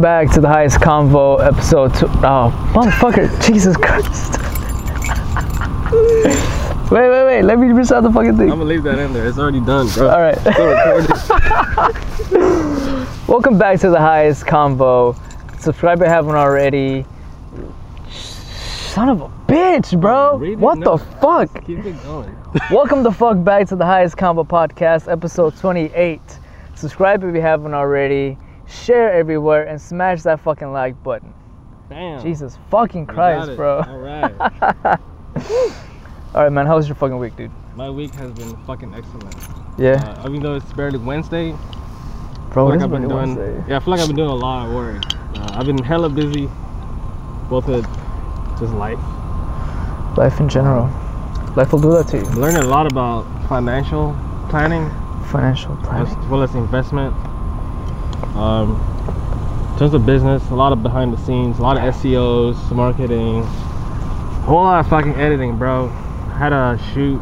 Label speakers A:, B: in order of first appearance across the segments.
A: back to the highest convo episode two. Oh, motherfucker! Jesus Christ! wait, wait, wait! Let me restart the fucking thing.
B: I'm gonna leave that in there. It's already done, bro.
A: All right.
B: Still recorded.
A: Welcome back to the highest convo. Subscribe if you haven't already. Son of a bitch, bro!
B: Read it
A: What
B: now.
A: the fuck?
B: Keep it going.
A: Welcome the fuck back to the Highest Combo Podcast, episode 28. Subscribe if you haven't already, share everywhere, and smash that fucking like button.
B: Damn.
A: Jesus fucking
B: You got
A: Christ,
B: it.
A: bro.
B: All right.
A: Alright, man, how was your fucking week, dude?
B: My week has been fucking excellent.
A: Yeah,
B: Uh, even though it's barely Wednesday, I
A: bro,
B: feel like
A: this
B: I've been
A: been
B: doing.
A: Wednesday.
B: Yeah, I feel like I've been doing a lot of work. Uh, I've been hella busy, both with just life.
A: eh? Life in general. Life will do that to you.
B: I'm learning a lot about financial planning
A: Financial
B: as
A: planning.
B: well as investment. Um, in terms of business, a lot of behind the scenes, a lot of SEOs, marketing, a whole lot of fucking editing, bro. I had a shoot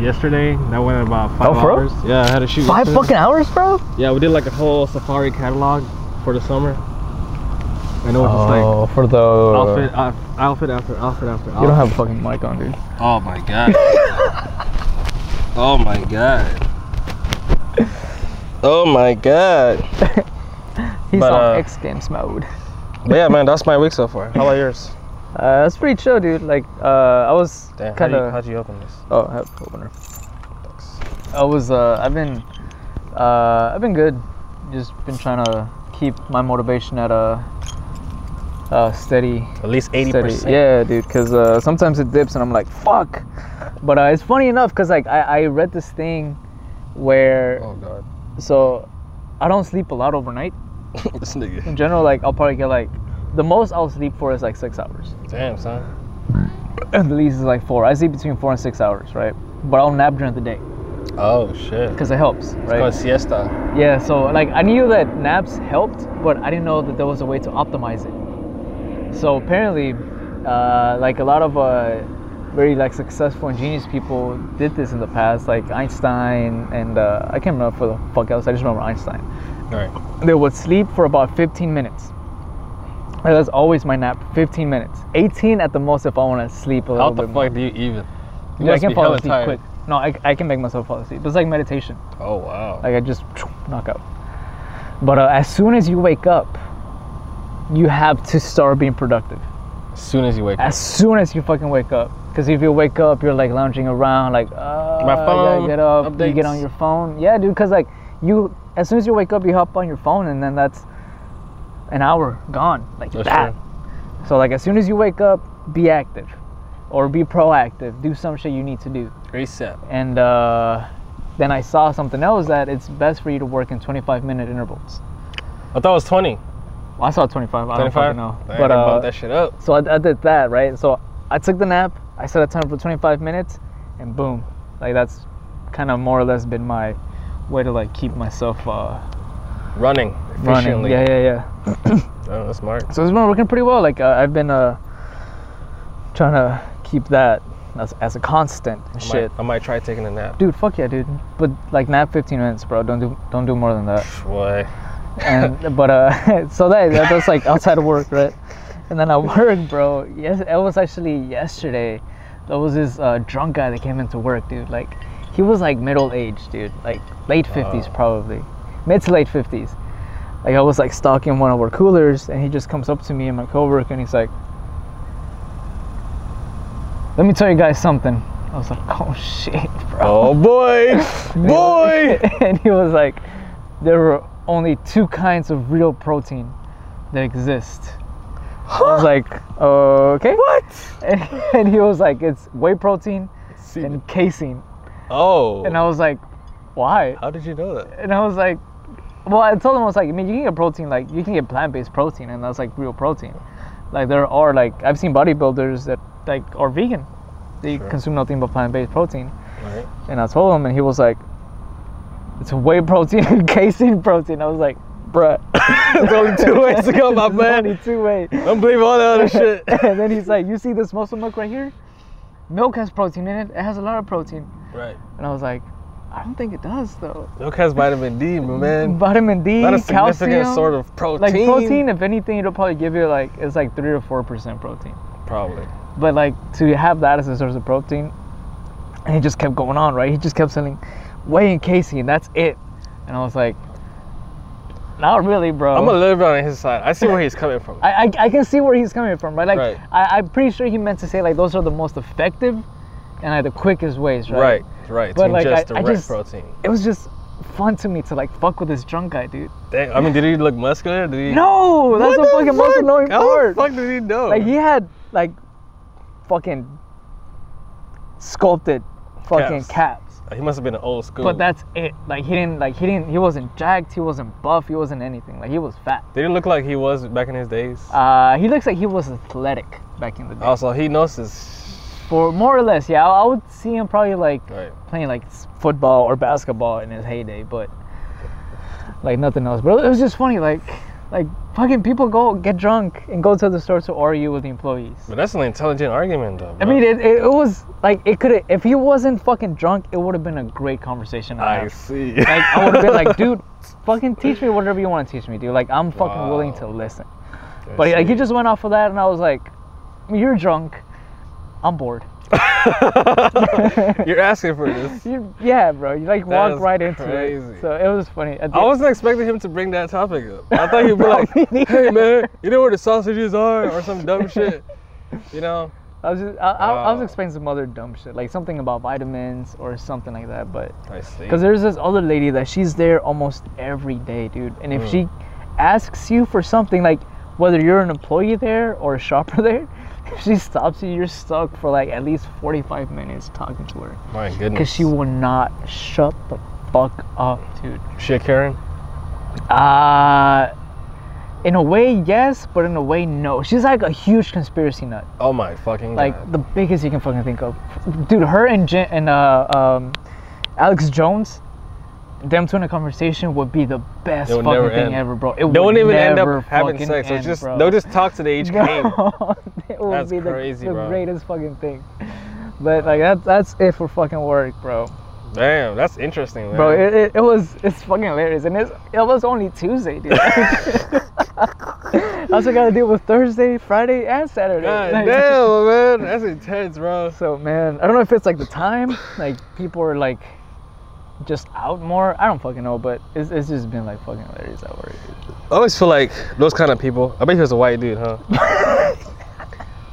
B: yesterday that went about five
A: Oh, for real?
B: hours. Yeah, I had a shoot.
A: Five
B: yesterday.
A: fucking hours, bro?
B: Yeah, we did like a whole safari catalog for the summer. And it was
A: Oh, for the.
B: just like outfit, outfit, outfit after outfit after outfit.
A: You don't have a fucking mic on, dude.
B: Oh my god. oh my god. Oh my god.
A: He's
B: But,
A: on
B: uh,
A: X Games mode.
B: But yeah, man, that's my week so far. How about yours?
A: Uh, that's pretty chill, dude. Like, uh, I was
B: Damn,
A: kind of.
B: how'd you open this?
A: Oh, I have a opener. I was. Uh, I've been. Uh, I've been good. Just been trying to keep my motivation at a, a steady.
B: At least
A: Steady. Yeah, dude. Cause uh, sometimes it dips, and I'm like, fuck. But uh, it's funny enough, cause like I, I read this thing, where
B: Oh god.
A: so, I don't sleep a lot overnight.
B: this nigga.
A: In general, like I'll probably get like, the most I'll sleep for is like six hours.
B: Damn, son.
A: At least is like four. I sleep between four and six hours, right? But I'll nap during the day
B: Oh shit.
A: because it helps,
B: It's
A: right?
B: called siesta.
A: Yeah, so like I knew that naps helped, but I didn't know that there was a way to optimize it. So apparently, uh, like a lot of uh, very like successful and genius people did this in the past, like Einstein and uh, I can't remember for the fuck else. I just remember Einstein.
B: Alright.
A: They would sleep for about 15 minutes. And that's always my nap, 15 minutes. 18 at the most if I want to sleep a little
B: How
A: bit
B: the
A: more.
B: fuck do you even? You
A: Dude, I
B: must
A: can
B: be
A: fall
B: hella
A: asleep
B: tired.
A: quick. No, I, I can make myself fall asleep. It's like meditation.
B: Oh wow.
A: Like I just knock out. But uh, as soon as you wake up, you have to start being productive.
B: as soon as you wake up.
A: As soon as you fucking wake up, because if you wake up, you're like lounging around, like uh,
B: My
A: I gotta
B: phone,
A: get up, you get
B: updates.
A: on your phone. Yeah, dude, because like you, as soon as you wake up, you hop on your phone, and then that's an hour gone, like
B: That's
A: that.
B: true.
A: So like as soon as you wake up, be active, or be proactive. Do some shit you need to do
B: Reset.
A: and uh, then I saw something else that it's best for you to work in 25 minute intervals.
B: I thought it was 20.
A: Well, I saw 25. I don't
B: 25?
A: fucking know.
B: Damn,
A: But
B: bump
A: uh,
B: that shit up.
A: so I, I did that right. So I took the nap. I set a time for 25 minutes, and boom, like that's kind of more or less been my way to like keep myself uh,
B: Running
A: running.
B: efficiently.
A: Yeah, yeah, yeah.
B: Oh, that's smart.
A: So it's been working pretty well. Like uh, I've been uh, trying to keep that as, as a constant and
B: I
A: shit.
B: Might, I might try taking a nap.
A: Dude, fuck yeah, dude. But like nap 15 minutes, bro. Don't do don't do more than that.
B: Boy.
A: and but uh so that that was like outside of work right and then at work bro yes it was actually yesterday there was this uh, drunk guy that came into work dude like he was like middle aged dude like late 50s
B: Wow.
A: probably mid to late 50s like i was like stocking one of our coolers and he just comes up to me and my coworker and he's like let me tell you guys something i was like oh shit bro
B: Oh boy. boy.
A: and he was like, there were only two kinds of real protein that exist. I was like, okay.
B: What?
A: And, and he was like, it's whey protein
B: See,
A: and casein.
B: oh.
A: And I was like, why?
B: How did you know that?
A: And I was like, well, I told him, I was like, I mean, you can get protein, like, you can get plant based protein, and that's like real protein. Like, there are, like, I've seen bodybuilders that, like, are vegan, they
B: Sure.
A: consume nothing but plant based protein.
B: Right.
A: And I told him, and he was like, "It's whey protein and casein protein." I was like, "Bruh,
B: There's only two ways to go, my
A: there's
B: man.
A: only two ways."
B: Don't believe all that other shit.
A: and then he's like, "You see this muscle milk right here? Milk has protein in it. It has a lot of protein."
B: Right.
A: And I was like, I don't think it does though.
B: Milk has vitamin D, my man.
A: Vitamin D,
B: Not a significant
A: calcium,
B: sort of protein.
A: like protein. If anything, it'll probably give you like it's like three or four percent protein.
B: Probably.
A: But like to have that as a source of protein, and he just kept going on, right? He just kept selling whey and casein. That's it. And I was like, not really, bro.
B: I'm a little bit on his side. I see where he's coming from.
A: I, I, I can see where he's coming from, right? Like,
B: Right.
A: I, I'm pretty sure he meant to say, like, those are the most effective and like, the quickest ways, right?
B: Right, right.
A: But,
B: to
A: like,
B: ingest
A: I- I
B: direct
A: just-
B: protein.
A: It was just fun to me to, like, fuck with this drunk guy, dude.
B: Dang, I mean, did he look muscular? Did he?
A: No, that's the, fucking most
B: fuck?
A: annoying
B: How the
A: part.
B: fuck did he know?
A: Like, he had, like, fucking sculpted fucking caps.
B: Caps. he must have been an old school.
A: But that's it. Like, he didn't, like, he didn't, he wasn't jacked, he wasn't buff, he wasn't anything. Like, he was fat.
B: Did he look like he was back in his days?
A: Uh, he looks like he was athletic back in the day.
B: also, he knows this.
A: For more or less, yeah, I, I would see him probably like
B: Right.
A: playing like s- football or basketball in his heyday, but like nothing else. But it was just funny, like like fucking people go get drunk and go to the store to argue with the employees.
B: But that's an intelligent argument, though.
A: I
B: bro.
A: mean, it, it, it was like it could if he wasn't fucking drunk, it would have been a great conversation. to
B: I
A: have.
B: see.
A: Like I would have been like, dude, fucking teach me whatever you want to teach me, dude. Like I'm fucking willing to
B: Wow.
A: listen.
B: I
A: But like he
B: see.
A: just went off of that, and I was like, you're drunk, I'm bored.
B: You're asking for this.
A: You, yeah, bro. You like
B: That
A: walk
B: is
A: right into
B: crazy.
A: it. So it was funny. At the-
B: I wasn't expecting him to bring that topic up. I thought he'd be
A: Bro, me
B: like,
A: neither.
B: "Hey man, you know where the sausages are?" or some dumb shit. You know?
A: I was just, I, I, I was
B: Wow.
A: explaining some other dumb shit, like something about vitamins or something like that. But
B: I see.
A: because there's this other lady that she's there almost every day, dude. And if she asks you for something, like whether you're an employee there or a shopper there, if she stops you, you're stuck for like at least 45 minutes talking to her
B: My goodness.
A: because she will not shut the fuck up, dude.
B: shit, Karen.
A: Uh, in a way, yes, but in a way, no. She's like a huge conspiracy nut.
B: Oh my fucking
A: Like
B: god.
A: the biggest you can fucking think of, dude. Her and Jen, and uh, um, Alex Jones, them two in a conversation would be the best
B: It would
A: fucking
B: never
A: thing
B: end.
A: ever, bro. It
B: They won't
A: would
B: even end
A: never
B: up having
A: fucking
B: sex. So
A: end,
B: it's just
A: bro.
B: they'll just talk to the each game.
A: No, it would
B: That's
A: be the,
B: crazy,
A: the
B: bro.
A: greatest fucking thing. But like that's that's it for fucking work, bro.
B: Damn, that's interesting, man.
A: Bro, it, it, it was it's fucking hilarious, and it's it was only Tuesday, dude. I also got to deal with Thursday, Friday, and Saturday.
B: God
A: Like-
B: damn, man, that's intense, bro.
A: So man, I don't know if it's like the time, like people are like just out more. I don't fucking know, but it's, it's just been like fucking hilarious at work.
B: I always feel like those kind of people. I bet he was a white dude, huh?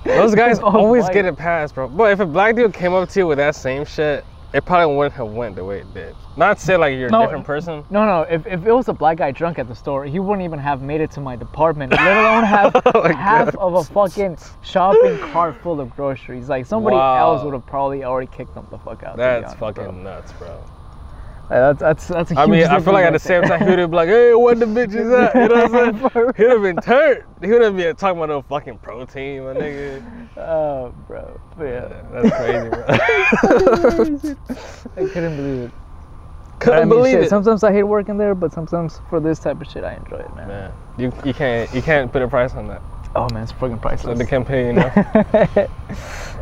B: those guys
A: All
B: always
A: white.
B: get it passed, bro. But if a black dude came up to you with that same shit, it probably wouldn't have went the way it did. Not say like you're
A: No.
B: a different person.
A: No, no, if, if it was a black guy drunk at the store, he wouldn't even have made it to my department, let alone have
B: Oh my
A: half
B: God.
A: of a fucking shopping cart full of groceries. Like somebody
B: Wow.
A: else would have probably already kicked them the fuck out. to be
B: That's
A: honest,
B: fucking
A: bro.
B: nuts, bro.
A: Like, that's that's that's a huge
B: I mean, I feel like at the
A: difference right there.
B: same time he would have been like, "Hey, what the bitch is that?" You know what I'm
A: For
B: saying? He would have been turned. He would have been talking about no fucking protein, my nigga.
A: Oh, bro, But yeah,
B: That's crazy, bro.
A: I couldn't believe it.
B: Couldn't
A: I mean,
B: believe
A: shit,
B: it.
A: Sometimes I hate working there, but sometimes for this type of shit, I enjoy it, man.
B: Man, you, you can't you can't put a price on that.
A: Oh man, it's freaking
B: So
A: priceless.
B: the campaign, you know.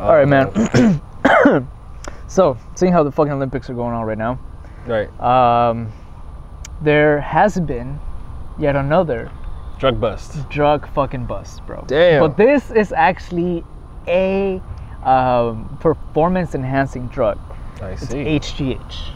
A: All right, man. so, seeing how the fucking Olympics are going on right now,
B: Right.
A: um, there has been yet another
B: Drug bust.
A: drug fucking bust, bro.
B: Damn.
A: But this is actually a um, performance enhancing drug.
B: I
A: It's
B: see.
A: HGH.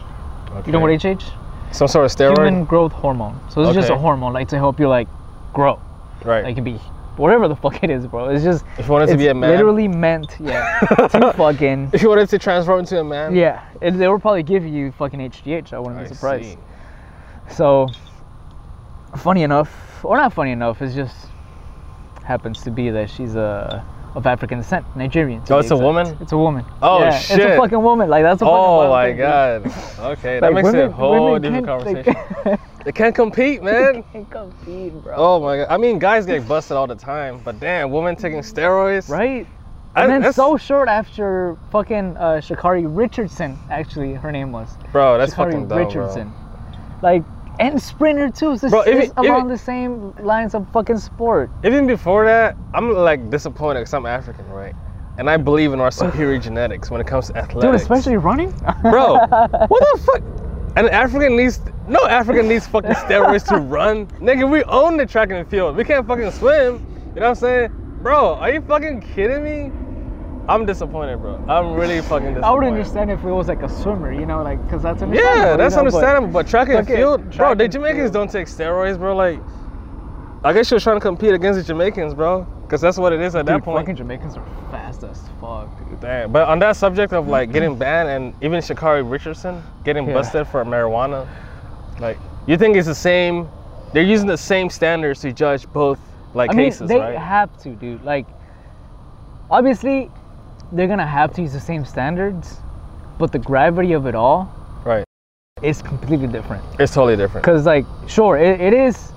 A: You know what HH?
B: Some sort of steroid.
A: Human growth hormone. So it's just a
B: Okay.
A: hormone, like to help you like grow.
B: right.
A: Like it can be whatever the fuck it is, bro. It's just
B: if you wanted to
A: it's
B: be a man.
A: literally meant, yeah, to fucking
B: If you wanted to transform into a man.
A: Yeah, it, they will probably give you fucking HGH. I wouldn't
B: I
A: be surprised.
B: see.
A: So, funny enough, or not funny enough, it just happens to be that she's a of African descent, Nigerian. to
B: Oh,
A: be
B: it's a
A: exact.
B: woman?
A: It's a woman.
B: Oh,
A: Yeah, It's a
B: shit.
A: fucking woman. Like that's a fucking
B: Oh
A: wild
B: my
A: thing, dude.
B: god. Okay, that
A: Like,
B: makes it a
A: women-
B: whole
A: women
B: different
A: can't- they
B: conversation. They can't compete, man.
A: can't compete, bro.
B: Oh my god. I mean, guys get busted all the time, but damn, women taking steroids.
A: Right?
B: I-
A: And then
B: that's-
A: so short after fucking uh, Shakari Richardson, actually, her name was.
B: Bro, that's
A: Shakari
B: fucking dumb,
A: Richardson. Like, and Sprinter too. It's,
B: Bro, if
A: it's
B: it- if
A: around
B: it-
A: the same lines of fucking sport.
B: bro. Even before that, I'm like disappointed because I'm African, right? And I believe in our superior genetics when it comes to athletics.
A: Dude, especially running?
B: Bro, what the fuck? And African needs no African needs fucking steroids to run. Nigga, we own the track and field. We can't fucking swim. You know what I'm saying? Bro, are you fucking kidding me? I'm disappointed, bro. I'm really fucking disappointed.
A: I would understand if it was like a swimmer, you know, like because that's understandable.
B: Yeah, that's
A: you know, but-
B: understandable. But, track and
A: Okay,
B: field,
A: track
B: bro, the
A: and
B: Jamaicans
A: field.
B: don't take steroids, bro. Like, I guess you're trying to compete against the Jamaicans, bro, because that's what it is at
A: Dude,
B: that point.
A: fucking Jamaicans are fast as fuck.
B: Damn. But on that subject of like getting banned and even Shakari Richardson getting
A: Yeah.
B: busted for marijuana, like, you think it's the same? They're using the same standards to judge both like
A: I mean,
B: cases,
A: they
B: right?
A: have to, dude. Like, obviously, they're gonna have to use the same standards, but the gravity of it all
B: Right.
A: is completely different.
B: It's totally different.
A: Because, like, sure, it, it is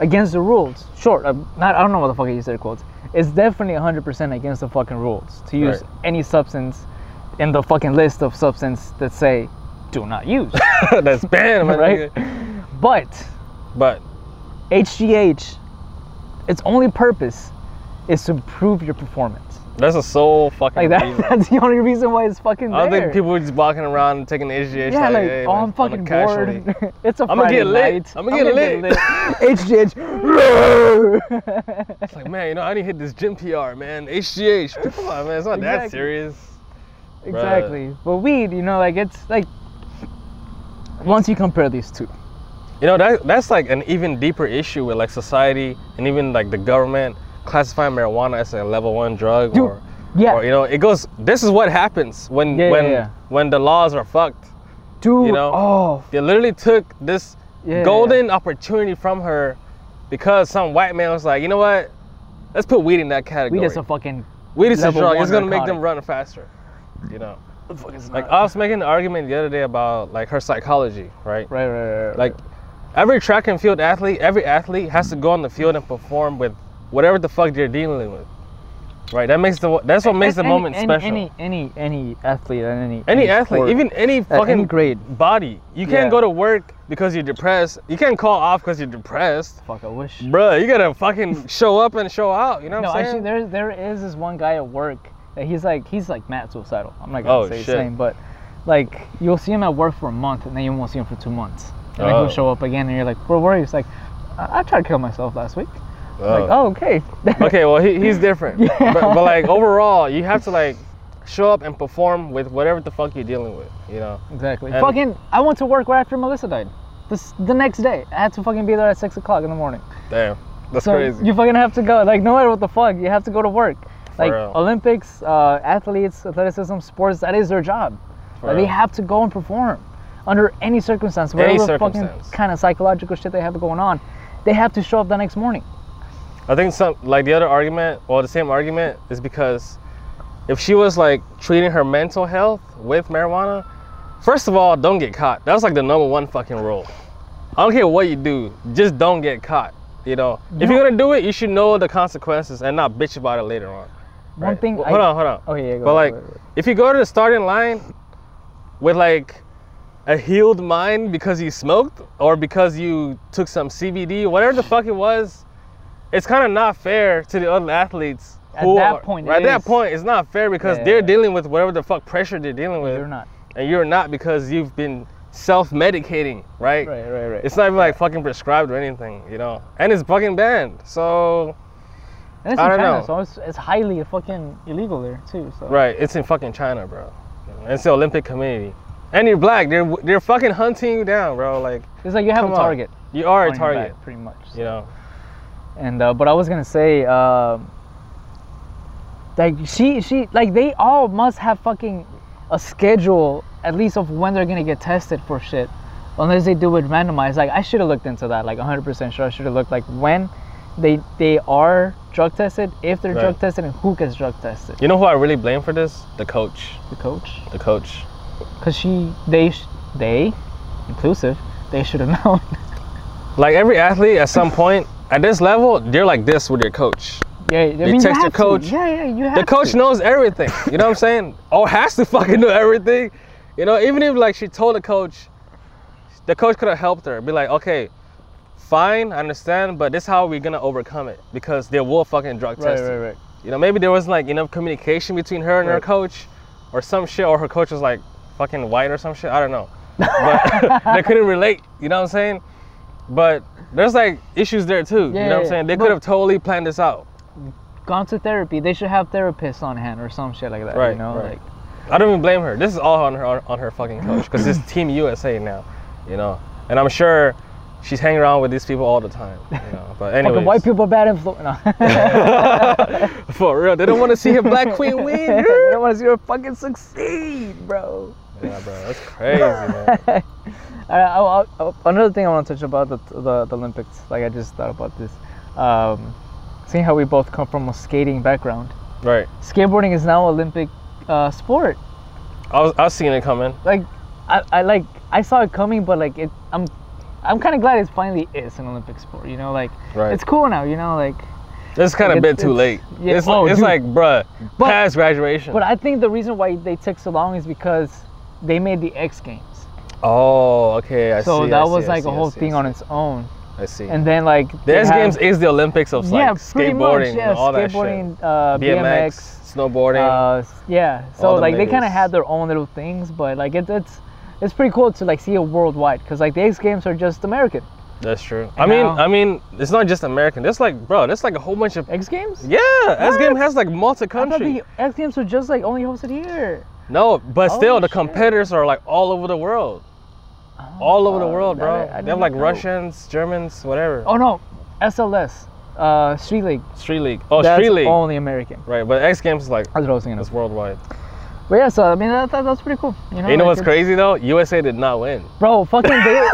A: against the rules. Sure, uh, not, I don't know what the fuck I used air quotes. It's definitely 100% against the fucking rules to use
B: Right.
A: any substance in the fucking list of substance that say do not use,
B: that's banned, my
A: right?
B: nigga.
A: But
B: But
A: HGH, its only purpose is to improve your performance.
B: that's a sole fucking
A: Like that,
B: reason.
A: that's the only reason why it's fucking there.
B: I don't think people were just walking around and taking the HGH.
A: yeah, like,
B: "Hey,
A: oh,
B: man,
A: I'm
B: a
A: fucking
B: casualty."
A: bored. it's a
B: I'ma
A: Friday
B: get lit.
A: night.
B: I'ma get lit.
A: HGH.
B: It's like, man, you know, I need to hit this gym PR, man. HGH. Come on, man. It's not that
A: Exactly.
B: serious.
A: exactly. But weed, you know, like it's like once you compare these two,
B: You know, that that's like an even deeper issue with like society and even like the government classifying marijuana as a level one drug
A: Dude,
B: or
A: yeah.
B: or you know, it goes this is what happens when
A: Yeah, yeah,
B: when
A: yeah.
B: when the laws are fucked.
A: dude.
B: You know?
A: Oh,
B: They literally took this
A: Yeah, yeah,
B: golden opportunity from her because some white man was like, you know what? Let's put weed in that category.
A: weed is a fucking.
B: Weed is a
A: level
B: drug.
A: one
B: It's gonna make them
A: narcotic. Uh,
B: run faster. You know. Like ah.
A: Like,
B: I was making an argument the other day about like her psychology, right?
A: right, right, right, right.
B: Like every track and field athlete, every athlete has to go on the field and perform with whatever the fuck they're dealing with. Right? That makes the that's what makes the
A: Any-
B: moment
A: any,
B: special. Any,
A: Any, any, any athlete, and any
B: athlete,
A: sport.
B: even any fucking
A: any grade.
B: body. You can't
A: Yeah.
B: go to work because you're depressed. You can't call off because you're depressed.
A: Fuck, I wish.
B: Bruh, you gotta fucking show up and show out. You know what
A: No,
B: I'm
A: actually,
B: saying?
A: there there is this one guy at work that he's like he's like mad suicidal. I'm not gonna
B: Oh,
A: say his
B: shit.
A: name, but like you'll see him at work for a month and then you won't see him for two months, and then
B: Oh.
A: he'll show up again and you're like, where were you? He's like, I, I tried to kill myself last week. Like,
B: Oh.
A: oh okay.
B: okay, well he, he's different.
A: Yeah.
B: But, but like overall, you have to like show up and perform with whatever the fuck you're dealing with. You know.
A: exactly.
B: And-
A: Fucking, I went to work right after Melissa died. This the next day, I had to fucking be there at six o'clock in the morning.
B: Damn, that's
A: So
B: crazy.
A: you fucking have to go. Like no matter what the fuck, you have to go to work. Like
B: real.
A: Olympics, uh, athletes, athleticism, sports, that is their job.
B: For
A: Like,
B: real.
A: they have to go and perform under any circumstance, whatever
B: Any circumstance.
A: fucking kind of psychological shit they have going on. They have to show up the next morning.
B: I think some like the other argument, well, the same argument is because if she was like treating her mental health with marijuana, first of all, don't get caught. That's like the number one fucking rule. I don't care what you do, just don't get caught. You know, if you're gonna do it, you should know the consequences and not bitch about it later on.
A: One
B: Right.
A: thing.
B: Well, Oh,
A: I-
B: hold on, hold on.
A: Okay, yeah, go
B: but
A: ahead,
B: like,
A: go ahead, go ahead.
B: if you go to the starting line with like a healed mind because you smoked or because you took some CBD, whatever the fuck it was, it's kind of not fair to the other athletes.
A: At that point,
B: at
A: it
B: that
A: is.
B: point, it's not fair because
A: Yeah,
B: they're
A: yeah, yeah.
B: dealing with whatever the fuck pressure they're dealing with,
A: You're not.
B: and you're not because you've been self-medicating, right?
A: Right, right, right.
B: It's not even like fucking prescribed or anything, you know. And it's fucking banned, so
A: and it's
B: I
A: in
B: don't
A: China,
B: know.
A: so it's, it's highly fucking illegal there too. So
B: Right, it's in fucking China, bro. It's the Olympic community. And you're black, they're they're fucking hunting you down, bro. Like
A: it's like you have
B: come
A: a
B: on.
A: target.
B: You are
A: on
B: a
A: your
B: target.
A: back, pretty much.
B: You know.
A: And uh, but I was gonna say, um like she she like they all must have fucking a schedule at least of when they're gonna get tested for shit, unless they do it randomized. Like I should have looked into that. Like 100% sure I should have looked like when they they are drug tested, if they're
B: Right.
A: drug tested, and who gets drug tested.
B: You know who I really blame for this? The coach.
A: The coach,
B: The coach.
A: because she they sh- they inclusive they should have known.
B: Like every athlete at some point at this level, they're like this with their coach.
A: yeah, I mean, you
B: text your
A: have to.
B: coach.
A: Yeah, yeah, you have
B: The coach
A: to.
B: knows everything. You know what I'm saying? Or has to fucking know everything. You know, even if like she told the coach, the coach could have helped her. Be like, okay, fine, I understand, but this is how we're gonna overcome it because they will fucking drug
A: Right,
B: test you.
A: right, right.
B: you know, maybe there wasn't like enough communication between her and her
A: Right.
B: coach or some shit, or her coach was like fucking white or some shit. I don't know. but they couldn't relate. You know what I'm saying? But there's like issues there too. you
A: Yeah,
B: know what I'm
A: yeah,
B: saying? They
A: but-
B: could have totally planned this out.
A: Gone to therapy. They should have therapists on hand or some shit like that.
B: Right,
A: You know,
B: right.
A: like
B: I don't even blame her. This is all on her on, on her fucking coach because it's Team USA now, you know. And I'm sure she's hanging around with these people all the time. You know? But anyway,
A: fucking white people bad influence. No.
B: for real, they don't want to see a black queen win.
A: I don't want to see her fucking succeed, bro.
B: yeah, bro, that's crazy, man.
A: I, I, I, another thing I want to touch about the, the, the Olympics, like I just thought about this. Um, seeing how we both come from a skating background,
B: Right.
A: skateboarding is now Olympic uh, sport.
B: I was I was seeing it coming.
A: Like, I, I like I saw it coming, but like it, I'm I'm kind of glad it finally is an Olympic sport. You know, like
B: Right.
A: it's cool now. You know, like
B: It's kind of a
A: It's-
B: bit
A: it's-
B: too late.
A: yeah,
B: it's
A: oh,
B: it's
A: dude.
B: like, bruh,
A: But-
B: past graduation.
A: but I think the reason why they took so long is because they made the X Games.
B: oh, okay, I see.
A: So
B: I
A: that
B: see,
A: was
B: I
A: like
B: see,
A: a
B: I
A: whole
B: see, I
A: thing on
B: see.
A: its own,
B: I see.
A: and then like
B: the
A: they
B: X
A: have-
B: Games is the Olympics of like
A: pretty
B: skateboarding
A: much, yeah,
B: and all
A: skateboarding,
B: that shit.
A: Uh, BMX,
B: snowboarding.
A: uh, s- yeah. So
B: All them
A: like they kind of
B: niggas.
A: had their own little things, but like it, it's it's pretty cool to like see it worldwide because like the X Games are just American
B: That's true. I mean,
A: now-
B: I mean, it's not just American. That's like, bro, that's like a whole bunch of.
A: X Games.
B: Yeah, S Game has like multi
A: I thought
B: country.
A: the X Games were just like only hosted here.
B: No, but still,
A: Oh,
B: the
A: shit.
B: competitors are like all over the world. all over the
A: fuck,
B: world,
A: Oh, that
B: bro.
A: I- I
B: they have
A: didn't
B: like
A: know.
B: Russians, Germans, whatever.
A: Oh no, SLS, uh, Street League.
B: Street League. Oh,
A: That's
B: Street League.
A: only American.
B: Right, but X Games is like
A: That's what I was thinking
B: it's
A: of.
B: worldwide.
A: But yeah, so I mean that, that, that's pretty cool. You know,
B: you know
A: like,
B: what's
A: it's-
B: crazy though? USA did not win.
A: Bro, fucking they,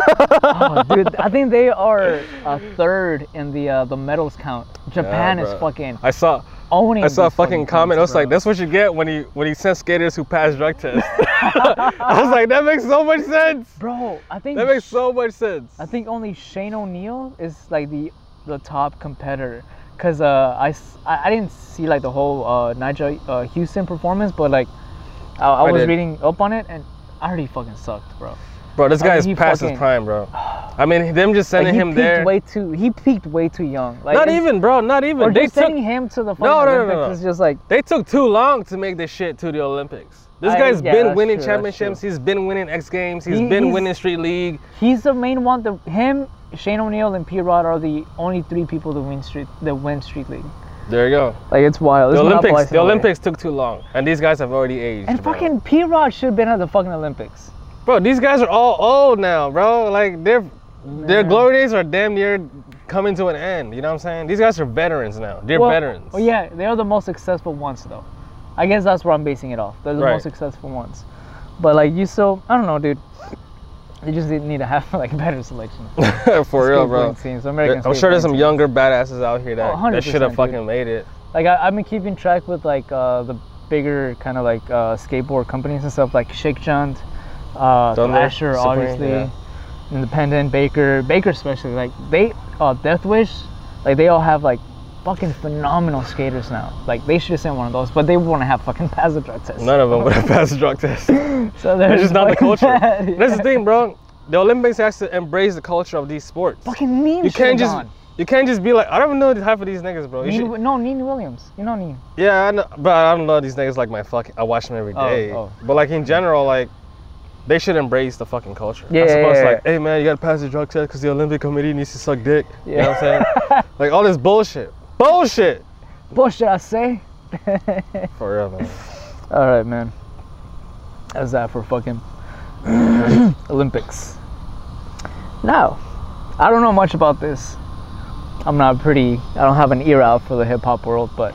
A: oh, dude. I think they are uh, third in the uh, the medals count. Japan
B: Yeah,
A: is
B: bro.
A: fucking
B: I saw.
A: owning.
B: I saw a
A: these
B: fucking comment. I was
A: things,
B: like,
A: bro.
B: "That's what you get when you when you send skaters who pass drug tests." I was like, "That makes so much sense.
A: bro. I think
B: That makes so much sense."
A: I think only Shane O'Neill is like the the top competitor. Cause uh, I, s- I- I didn't see like the whole uh, Nigel uh, Houston performance, but like I, I,
B: I
A: was
B: did.
A: reading up on it and I already fucking sucked, bro.
B: Bro, this
A: I mean,
B: guy's
A: he
B: past
A: fucking-
B: his prime, bro. I mean, them just
A: Like,
B: sending
A: he
B: him
A: peaked
B: there.
A: way too. He peaked way too young. Like,
B: not
A: it's-
B: even, bro. Not
A: Or
B: even. They
A: just
B: took
A: sending him to the fucking
B: No, no, no, no,
A: Olympics
B: no.
A: is just like
B: they took too long to make this shit to the Olympics. This
A: I-
B: guy's
A: yeah,
B: been
A: that's
B: winning
A: true, that's
B: championships. He's been winning X Games.
A: He-
B: he's been
A: he's-
B: winning Street League.
A: He's the main one. The him, Shane O'Neill, and P. Rod are the only three people that win street that win street league.
B: There you go.
A: Like it's wild.
B: The
A: It's
B: Olympics.
A: monopolized
B: The
A: in a way.
B: Olympics took too long, and these guys have already aged.
A: And
B: bro.
A: fucking P. Rod should have been at the fucking Olympics.
B: bro, these guys are all old now, bro. Like their their
A: Man.
B: glory days are damn near coming to an end. You know what I'm saying? These guys are veterans now. They're
A: Well-
B: veterans.
A: Well, yeah, they are the most successful ones though. I guess that's where I'm basing it off. They're the
B: Right.
A: most successful ones. But like you still, I don't know, dude. You just need to have like better selection.
B: For real, bro.
A: Skateboarding Teams, American
B: I'm sure
A: skateboarding
B: there's some younger badasses out here that,
A: Oh,
B: that should have
A: 100%,
B: fucking made it.
A: like I, I've been keeping track with like uh, the bigger kind of like uh, skateboard companies and stuff like Shake Junt, uh,
B: Thunder,
A: Thrasher,
B: Supreme,
A: obviously,
B: yeah.
A: Independent, Baker, Baker especially. Like they, uh, Death Wish, like they all have like fucking phenomenal skaters now. Like they should have sent one of those, but they want to have fucking passive drug tests.
B: None of them would have passed the drug test. That's
A: so they're
B: just not the
A: fucking
B: culture.
A: bad,
B: That's the
A: yeah.
B: thing, bro. The Olympics has to embrace the culture of these sports.
A: Fucking Neen
B: you
A: should have
B: can't just
A: gone.
B: you can't just be like I don't know the half of these niggas, bro. You
A: Neen
B: should-
A: Wi- no, Neen Williams. You know Neen.
B: yeah, I know, but I don't know these niggas like my fucking. I watch them every
A: Oh,
B: day.
A: oh.
B: But like in general, like they should embrace the fucking culture.
A: Yeah,
B: As
A: yeah,
B: opposed to
A: yeah,
B: like, hey man, you gotta pass the drug test because the Olympic Committee needs to suck dick. You know
A: Yeah.
B: what I'm saying? like all this bullshit, bullshit.
A: What should I say?
B: For real, man.
A: All right, man. How's that for fucking Olympics? Now, I don't know much about this. I'm not pretty. I don't have an ear out for the hip hop world, but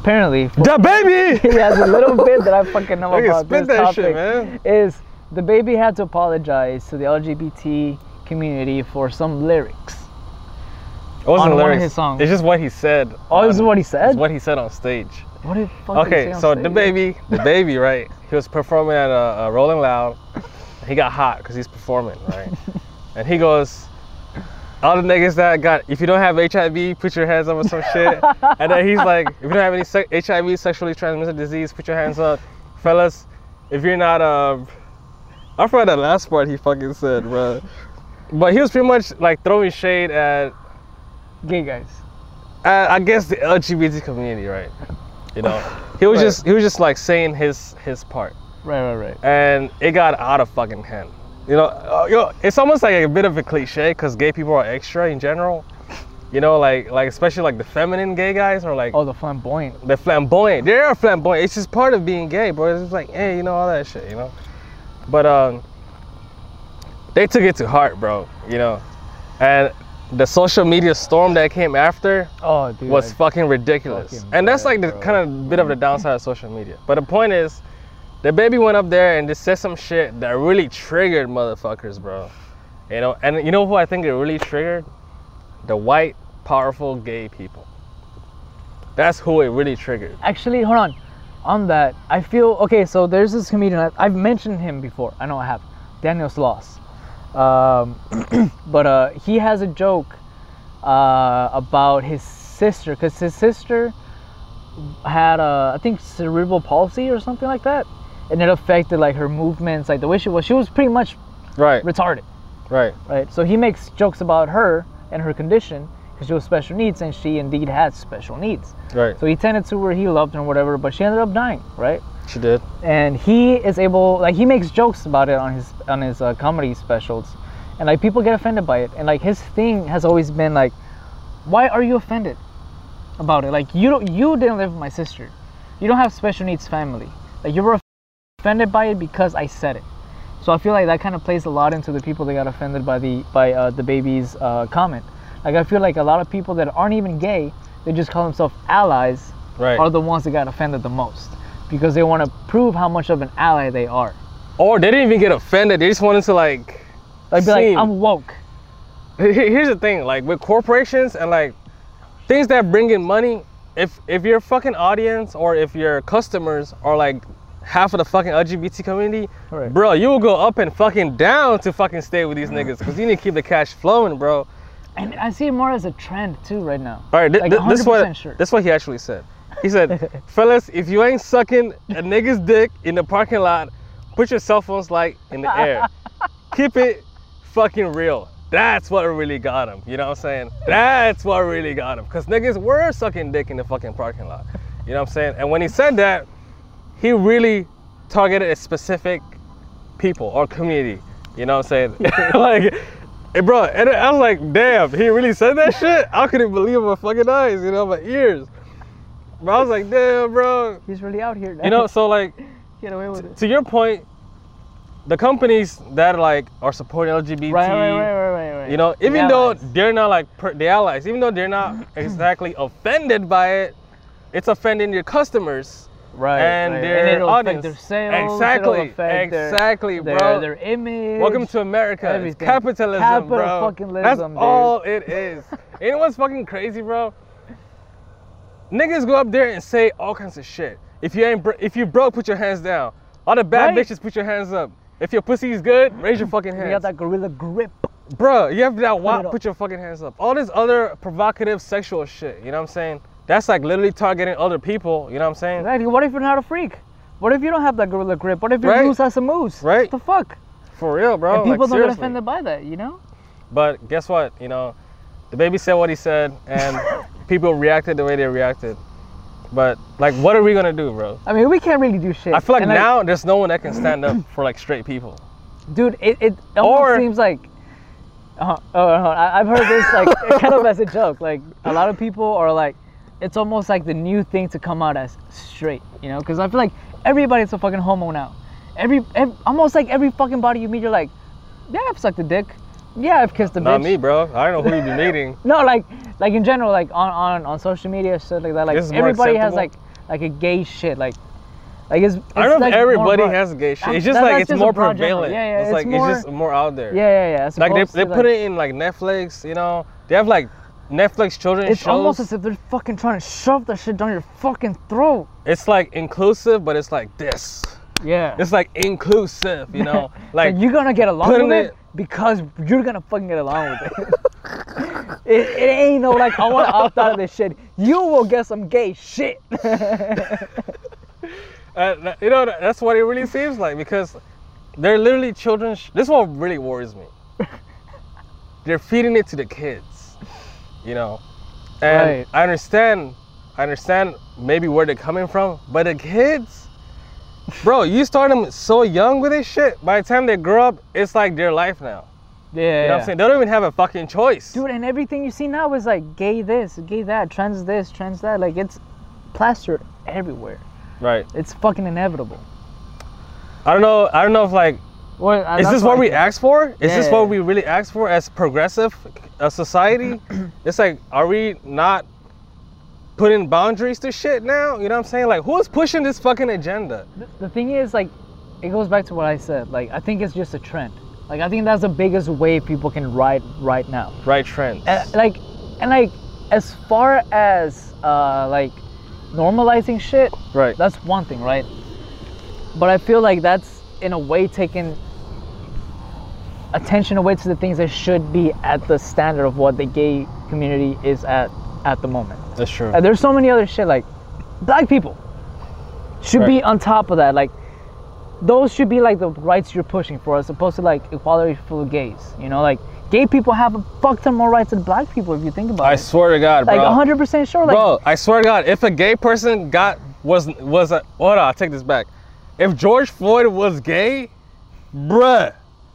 A: apparently,
B: Da baby.
A: he has a little bit that I fucking know
B: Nigga,
A: about
B: spit
A: this
B: that
A: topic.
B: shit, man.
A: Is the baby had to apologize to the LGBT community for some lyrics?
B: It
A: on one
B: wasn't
A: of
B: lyrics.
A: his songs.
B: It's just what he said.
A: Oh, this is
B: on-
A: what he said?
B: It's what he said on stage.
A: What did fucking
B: Okay, so the baby, the baby, right? He was performing at a, a Rolling Loud. He got hot because he's performing, right? and he goes, all the niggas that got, if you don't have HIV, put your hands up or some shit. and then he's like, if you don't have any se- HIV, sexually transmitted disease, put your hands up, fellas. If you're not, um, I forgot that last part he fucking said, bro. But he was pretty much like throwing shade at
A: gay guys.
B: uh, I guess the LGBT community, right? You know, he was
A: Right.
B: just he was just like saying his his part,
A: Right, right, right.
B: and it got out of fucking hand. You know, uh, yo, it's almost like a bit of a cliche because gay people are extra in general. You know, like like especially like the feminine gay guys are like
A: Oh, the flamboyant.
B: they're flamboyant. They are flamboyant. It's just part of being gay, bro. It's just like, hey, you know, all that shit, you know. But um, they took it to heart, bro. You know, and the social media storm that came after
A: Oh, dude.
B: was
A: I-
B: fucking ridiculous.
A: Fucking
B: and that's
A: bad,
B: like the
A: bro.
B: kind of bit of the downside of social media. But the point is, the baby went up there and just said some shit that really triggered motherfuckers, bro. You know, and you know who I think it really triggered? The white, powerful gay people. That's who it really triggered.
A: actually hold on on that i feel okay so there's this comedian I, i've mentioned him before i know i have daniel sloss um, but uh, he has a joke uh, about his sister because his sister had uh, I think cerebral palsy or something like that and it affected like her movements like the way she was she was pretty much
B: Right,
A: retarded
B: right,
A: right? So he makes jokes about her and her condition because she was special needs and she indeed had special needs.
B: right.
A: So he tended to her, he loved her, and whatever, but she ended up dying, right?
B: She did.
A: And he is able, like, he makes jokes about it on his on his uh, comedy specials, and like people get offended by it. And like his thing has always been like, why are you offended about it? Like you don't, you didn't live with my sister, you don't have special needs family. Like you were offended by it because I said it. So I feel like that kind of plays a lot into the people that got offended by the by uh, the baby's uh, comment. Like I feel like a lot of people that aren't even gay, they just call themselves allies,
B: Right.
A: are the ones that got offended the most because they want to prove how much of an ally they are.
B: Or they didn't even get offended. They just wanted to like.
A: Like be like
B: Same.
A: I'm woke.
B: Here- Here's the thing, like with corporations and like things that bring in money. If if your fucking audience or if your customers are like half of the fucking LGBT community,
A: Right.
B: bro, you will go up and fucking down to fucking stay with these niggas because you need to keep the cash flowing, bro.
A: And I see it more as a trend too right now.
B: All right, thi-
A: Like
B: thi- this is what
A: 100% sure.
B: this is what he actually said. He said, "Fellas, if you ain't sucking a nigga's dick in the parking lot, put your cell phones like in the air. Keep it fucking real. That's what really got him. You know what I'm saying? That's what really got him. Cause niggas were sucking dick in the fucking parking lot. You know what I'm saying? And when he said that, he really targeted a specific people or community. You know what I'm saying? like, eh, bro, and I was like, damn, he really said that shit? I couldn't believe my fucking eyes, you know, my ears. Bro, I was like, damn, bro.
A: He's really out here.
B: You know, so like,
A: get away with it.
B: to your point, the companies that like are supporting LGBT,
A: Right, right, right, right, right, right.
B: you know, even
A: The
B: though
A: allies.
B: they're not like per, the allies, even though they're not exactly offended by it, it's offending your customers.
A: right,
B: and
A: right.
B: their
A: it'll
B: audience.
A: affect their sales. it'll
B: Exactly,
A: affect their-
B: exactly,
A: their,
B: bro.
A: Their image.
B: Welcome to America. It's
A: everything.
B: capitalism, bro.
A: Capital-fucking-lism,
B: That's
A: dude.
B: all it is. you know what's fucking crazy, bro? Niggas go up there and say all kinds of shit. If you ain't, bro- if you broke, put your hands down. All the bad
A: Right.
B: bitches, put your hands up. If your pussy is good, raise your fucking
A: You
B: hands.
A: got that gorilla grip.
B: Bro, you have that
A: it
B: wop,
A: up.
B: put your fucking hands up. All this other provocative sexual shit, you know what I'm saying? That's like literally targeting other people, you know what I'm saying?
A: Right? What if you're not a freak? What if you don't have that gorilla grip? What if you're
B: Right.
A: loose as a moose? Oh,
B: Right.
A: The fuck?
B: For real, bro.
A: and people
B: like,
A: don't
B: seriously.
A: get offended by that, you know?
B: But guess what? You know, the baby said what he said, and people reacted the way they reacted. But like, what are we gonna do, bro?
A: I mean, we can't really do shit.
B: I feel like
A: And,
B: now there's no one that can stand up for like straight people.
A: dude, it, it almost
B: Or-
A: seems like. Uh, uh, uh, I- I've heard this like kind of as a joke. Like a lot of people are like, it's almost like the new thing to come out as straight, you know? Because I feel like everybody's a fucking homo now. Every, ev- almost like every fucking body you meet, you're like, yeah, I've sucked a dick. Yeah, I've kissed a
B: Not
A: bitch.
B: me, bro. I don't know who you be meeting.
A: No, like like in general, like on on, on social media, shit like that. Like
B: This is more
A: everybody has like
B: acceptable?
A: like a gay shit. Like like it's. it's
B: I don't know
A: like
B: if
A: more
B: everybody
A: broad.
B: has gay shit.
A: I'm-
B: It's just
A: that-
B: like
A: that's
B: it's
A: just a
B: more
A: broad genre.
B: prevalent.
A: Yeah, yeah,
B: it's
A: it's
B: like
A: more-
B: it's just more out there.
A: Yeah, yeah, yeah. as
B: Like they,
A: opposed
B: they
A: to,
B: put it in like Netflix, you know. They have like Netflix children
A: It's
B: shows.
A: almost as if they're fucking trying to shove that shit down your fucking throat.
B: it's like inclusive, but it's like this.
A: Yeah.
B: It's like inclusive, you know. Like
A: Like you're gonna get along
B: putting
A: with it,
B: it-
A: because you're gonna fucking get along with it. it. It ain't no like I wanna opt out of this shit. You will get some gay shit.
B: Uh, th- you know, tha- that's what it really seems like because they're literally children. Sh- this is what really worries me. they're feeding it to the kids, you know. And
A: Right.
B: I understand, I understand maybe where they're coming from, but the kids, Bro, you start them so young with this shit. By the time they grow up, it's like their life now.
A: Yeah,
B: You know what I'm saying? They don't even have a fucking choice.
A: dude. And everything you see now is like gay this, gay that, trans this, trans that. Like it's plastered everywhere.
B: Right.
A: It's fucking inevitable.
B: I don't know. I don't know if like
A: Well, uh,
B: is
A: that's
B: this what
A: I
B: we
A: think.
B: ask for? Is this
A: Yeah.
B: what we really ask for as progressive a society? it's like, are we not putting boundaries to shit now? You know what I'm saying? Like, who's pushing this fucking agenda?
A: The thing is, like, it goes back to what I said. Like, I think it's just a trend. Like, I think that's the biggest wave people can ride right now.
B: Right trends.
A: And, like, and like, as far as uh, like normalizing shit,
B: right.
A: that's one thing, right? But I feel like that's in a way taking attention away to the things that should be at the standard of what the gay community is at at the moment.
B: That's true.
A: Like, Uh, there's so many other shit like black people should be on top of that. Like those should be like the rights you're pushing for as opposed to like equality for gays. You know, like gay people have a fuck ton more rights than black people if you think about
B: I
A: it.
B: swear to God, bro.
A: Like 100% sure. Like
B: bro, I swear to God, if a gay person got was was a hold on, I'll take this back. If George Floyd was gay, bruh,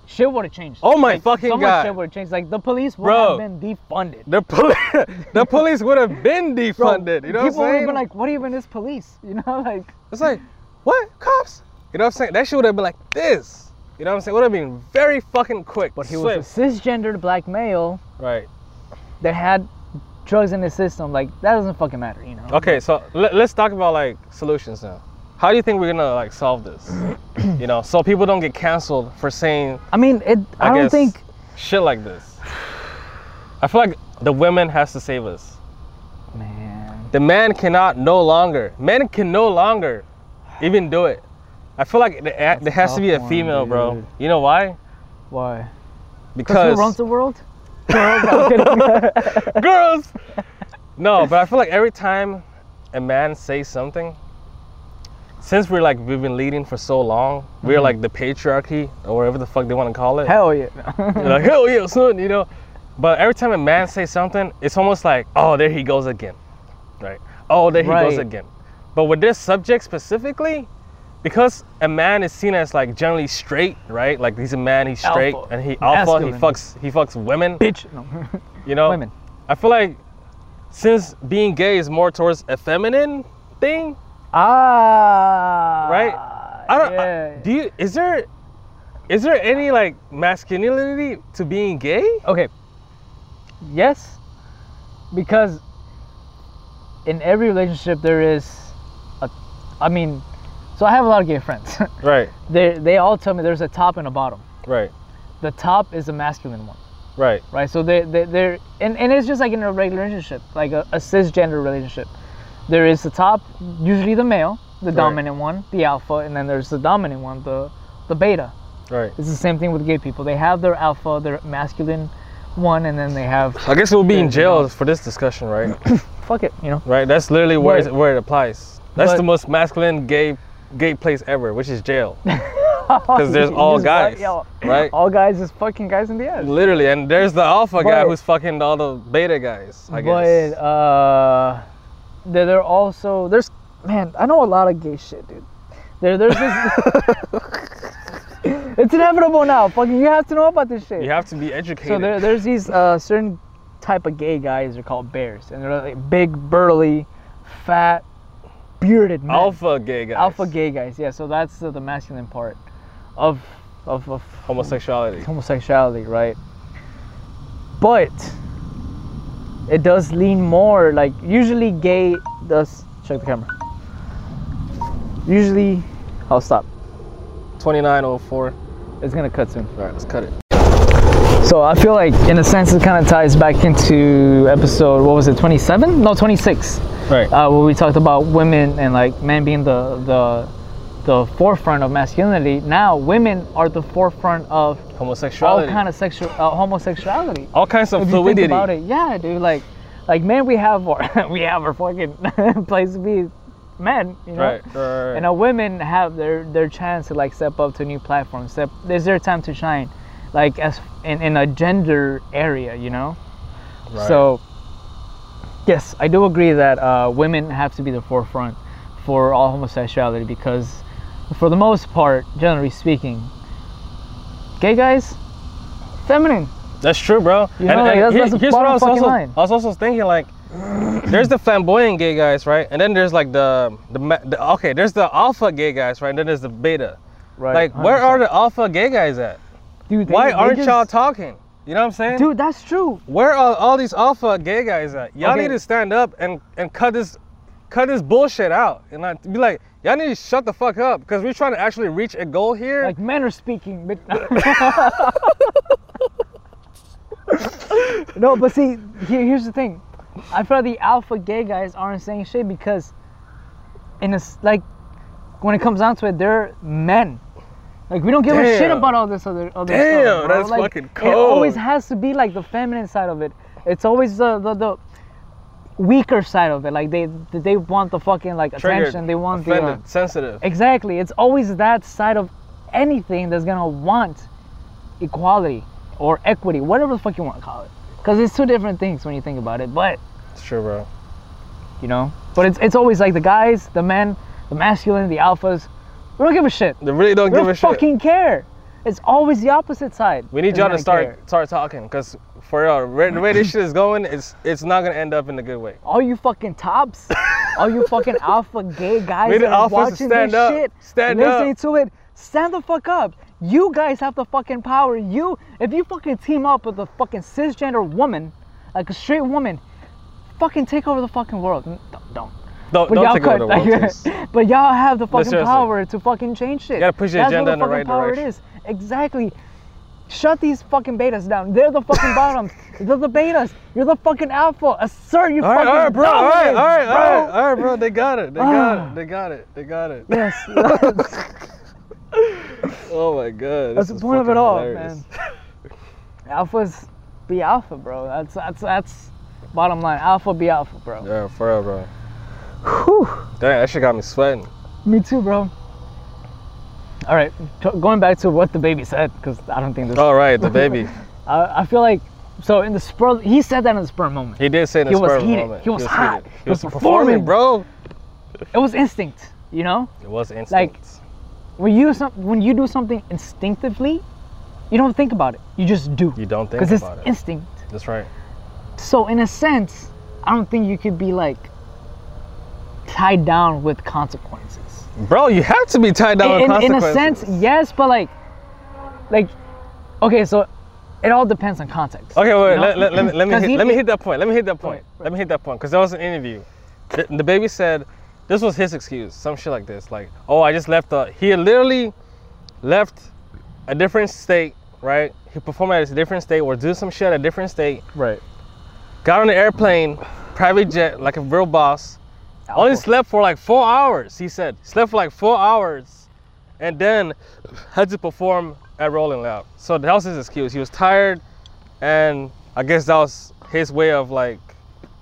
A: shit would have changed.
B: Oh my
A: Like,
B: fucking
A: so much
B: God.
A: shit would have changed. Like the police would
B: Bro.
A: have been defunded.
B: the poli- the police would have been
A: Bro,
B: defunded. you
A: people
B: know what I'm
A: would
B: saying?
A: have been like, what even is police? You know, like
B: It's like, what? Cops? You know what I'm saying? That shit would have been like this. You know what I'm saying? Would have been very fucking quick.
A: but he was a cisgendered black male
B: right.
A: that had drugs in his system. Like that doesn't fucking matter, you know.
B: Okay, so let, let's talk about like solutions now. How do you think we're gonna like solve this? you know, so people don't get canceled for saying
A: I mean, it I,
B: I
A: don't
B: guess-
A: think
B: shit like this. I feel like the women has to save us.
A: Man,
B: The man cannot no longer. Men can no longer even do it. I feel like the,
A: a
B: there has to
A: tough
B: be a
A: one,
B: female, bro.
A: dude.
B: You know why?
A: why? Because
B: Because
A: who runs the world? I'm kidding.
B: girls. No, but I feel like every time a man says something, since we're like we've been leading for so long, we're like the patriarchy or whatever the fuck they want to call it.
A: Mm-hmm. Hell yeah.
B: You're like hell yeah, son, you know. But every time a man says something, it's almost like oh there he goes again, right? Oh there he goes
A: Right.
B: again. But with this subject specifically, because a man is seen as like generally straight, right? Like he's a man, he's straight,
A: Alpha.
B: and he alpha, he
A: Masculine.
B: fucks, he fucks women.
A: Bitch. No.
B: You know,
A: Women.
B: I feel like since being gay is more towards a feminine thing,
A: Ah.
B: right? I don't. I-
A: Yeah.
B: do you? Is there? Is there any like masculinity to being gay?
A: okay. Yes, because in every relationship there is a. I mean, so I have a lot of gay friends.
B: Right.
A: they they all tell me there's a top and a bottom.
B: Right.
A: The top is a masculine one.
B: Right.
A: right? So they they they're and, and it's just like in a regular relationship, like a, a cisgender relationship. There is the top, usually the male, the dominant one, the alpha, and then there's the dominant one, the the beta.
B: Right.
A: It's the same thing with gay people. They have their alpha, their masculine one, and then they have
B: I guess we'll be in jail for this discussion, right?
A: fuck it, you know.
B: right. That's literally where
A: But-
B: it's, where it applies. That's
A: but-
B: the most masculine gay gay place ever, which is jail, because there's all
A: Just right-
B: guys,
A: yo,
B: right?
A: All guys is fucking guys in the ass.
B: Literally, and there's the alpha guy
A: But-
B: who's fucking all the beta guys.
A: but
B: I guess.
A: uh, there, there are also there's man, I know a lot of gay shit, dude. There, there's this. it's inevitable now. Fucking, you have to know about this shit.
B: you have to be educated.
A: so there, there's these uh, certain type of gay guys. They're called bears, and they're like big, burly, fat, bearded men.
B: alpha gay guys.
A: Alpha gay guys. Yeah. So that's uh, the, the masculine part of of, of
B: homosexuality.
A: homosexuality, right? But it does lean more like usually gay does check the camera. Usually I'll stop.
B: 2904.
A: It's gonna cut soon.
B: All right, oh let's cut it.
A: So I feel like in a sense it kinda ties back into episode what was it, twenty seven? No, twenty six.
B: Right.
A: Uh, where we talked about women and like men being the the the forefront of masculinity. Now women are the forefront of all
B: homosexuality.
A: kind of sexual uh, homosexuality.
B: all kinds of
A: if you
B: fluidity.
A: think about it, yeah, dude, like, like man, we have our we have our fucking place to be, men, you know.
B: Right. right, right,
A: And
B: right.
A: now women have their their chance to like step up to new platforms. Step, there's their time to shine, like as in in a gender area, you know.
B: Right.
A: So, yes, I do agree that uh, women have to be the forefront for all homosexuality because for the most part, generally speaking, gay guys, feminine.
B: That's true, bro.
A: You know, like, that's- that's the
B: here's what I
A: bottom
B: was
A: fucking
B: also,
A: line.
B: I was also thinking like, there's the flamboyant gay guys, right? And then there's like the the, ma- the okay, there's the alpha gay guys, right? And then there's the beta.
A: Right.
B: Like, where are the alpha gay guys at?
A: Dude, they-
B: Why
A: they
B: aren't
A: just-
B: y'all talking? You know what I'm saying?
A: Dude, that's true.
B: Where are all these alpha gay guys at? Y'all
A: Okay.
B: need to stand up and, and cut this cut this bullshit out and not be like, y'all need to shut the fuck up because we're trying to actually reach a goal here.
A: Like men are speaking, but no. But see, here, here's the thing. I feel like the alpha gay guys aren't saying shit because, in a s like, when it comes down to it, they're men. Like we don't give a shit
B: Damn.
A: about all this other other
B: Damn,
A: stuff. bro.
B: that's
A: Like,
B: fucking
A: It always
B: cold.
A: has to be like the feminine side of it. It's always the the, the weaker side of it. Like they they want the fucking like
B: Triggered,
A: attention. They want the. uh,
B: offended, sensitive.
A: Exactly. It's always that side of anything that's gonna want equality or equity, whatever the fuck you want to call it. Because it's two different things when you think about it. But
B: It's true, bro.
A: you know, but it's it's always like the guys, the men, the masculine, the alphas. We don't give a shit.
B: They really don't
A: We
B: give
A: don't
B: a shit.
A: fucking care. It's always the opposite side.
B: We need
A: that's
B: y'all to
A: gonna
B: start
A: care.
B: start talking because for real, re- the way this shit is going, it's it's not gonna end up in a good way.
A: All you fucking tops, all you fucking alpha gay guys
B: We the
A: that are
B: alphas to
A: watching
B: stand
A: this
B: up.
A: shit,
B: Stand
A: listening
B: up.
A: to it, stand the fuck up. You guys have the fucking power. You, if you fucking team up with a fucking cisgender woman, like a straight woman, fucking take over the fucking world. N- Don't. don't.
B: Don't, don't take over the world.
A: could, like,
B: please.
A: but y'all have the fucking
B: seriously.
A: power to fucking change shit. You
B: gotta push the
A: That's
B: agenda
A: what
B: in the
A: fucking
B: right
A: power
B: direction.
A: It is. Exactly. Shut these fucking betas down. They're the fucking bottoms. They're the betas. You're the fucking alpha. Assert you
B: all right,
A: fucking
B: all right, bro. All right, all right,
A: dominance,
B: all right,
A: bro.
B: all right, bro. They got it. They got it. They got it. They got it.
A: Yes.
B: Oh my god.
A: That's
B: this
A: the
B: is
A: point of it
B: fucking
A: all,
B: hilarious.
A: man. Alphas be alpha, bro. That's that's that's bottom line. Alpha be alpha, bro.
B: Yeah, for real, bro.
A: Whew.
B: Dang, that shit got me sweating.
A: Me too, bro. All right, t- going back to what the baby said, because I don't think this.
B: All right, the baby.
A: I, I feel like so in the spur. He said that in the spur moment.
B: He did say in the
A: He was
B: spur of the
A: heated.
B: moment.
A: He was hot.
B: heated.
A: He was performing.
B: bro.
A: It was instinct, you know.
B: It was instant.
A: Like- When you some, when you do something instinctively, you don't think about it. You just do.
B: you don't think
A: Because it's
B: about it.
A: instinct.
B: That's right.
A: So in a sense, I don't think you could be like tied down with consequences.
B: Bro, you have to be tied down
A: in,
B: with
A: in a
B: consequences.
A: sense, yes, but like, like, okay, so it all depends on context.
B: Okay, wait,
A: you
B: let,
A: know?
B: let, let, me- let me
A: 'Cause
B: hit,
A: he-
B: let me hit that point. Let me hit that point.
A: Right,
B: Let me hit that point because there was an interview. The, the baby said this was his excuse, some shit like this. Like, oh, I just left. A, he literally left a different state, right? He performed at a different state or do some shit at a different state.
A: Right.
B: Got on an airplane, private jet, like a real boss. Only
A: Alpha.
B: slept for like four hours, he said. Slept for like four hours and then had to perform at Rolling Loud. So that was his excuse. He was tired and I guess that was his way of like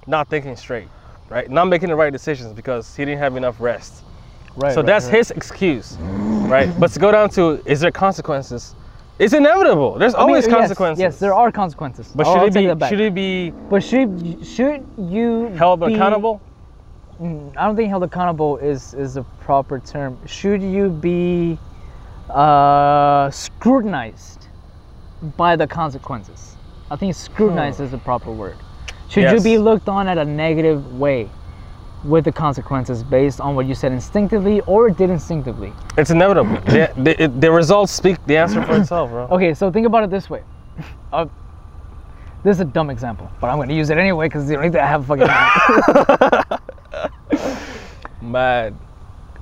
B: not thinking straight, right? Not making the right decisions because he didn't have enough rest.
A: Right.
B: So that's his excuse, right? But to go down to is there consequences? It's inevitable. There's always consequences.
A: Yes, there are consequences.
B: But
A: I'll- I'll
B: should
A: take that
B: it be
A: back.
B: should it be
A: but should should you
B: held
A: be-
B: accountable?
A: Mm, I don't think held accountable is is a proper term. Should you be uh, scrutinized by the consequences? I think scrutinized is the proper word. Should you be
B: Yes.
A: looked on at a negative way with the consequences based on what you said instinctively or did instinctively?
B: It's inevitable. the, the, it- the results speak the answer for itself, bro.
A: Okay, so think about it this way. Uh, this is a dumb example, but I'm gonna use it anyway because the only thing I have fucking.
B: Mad.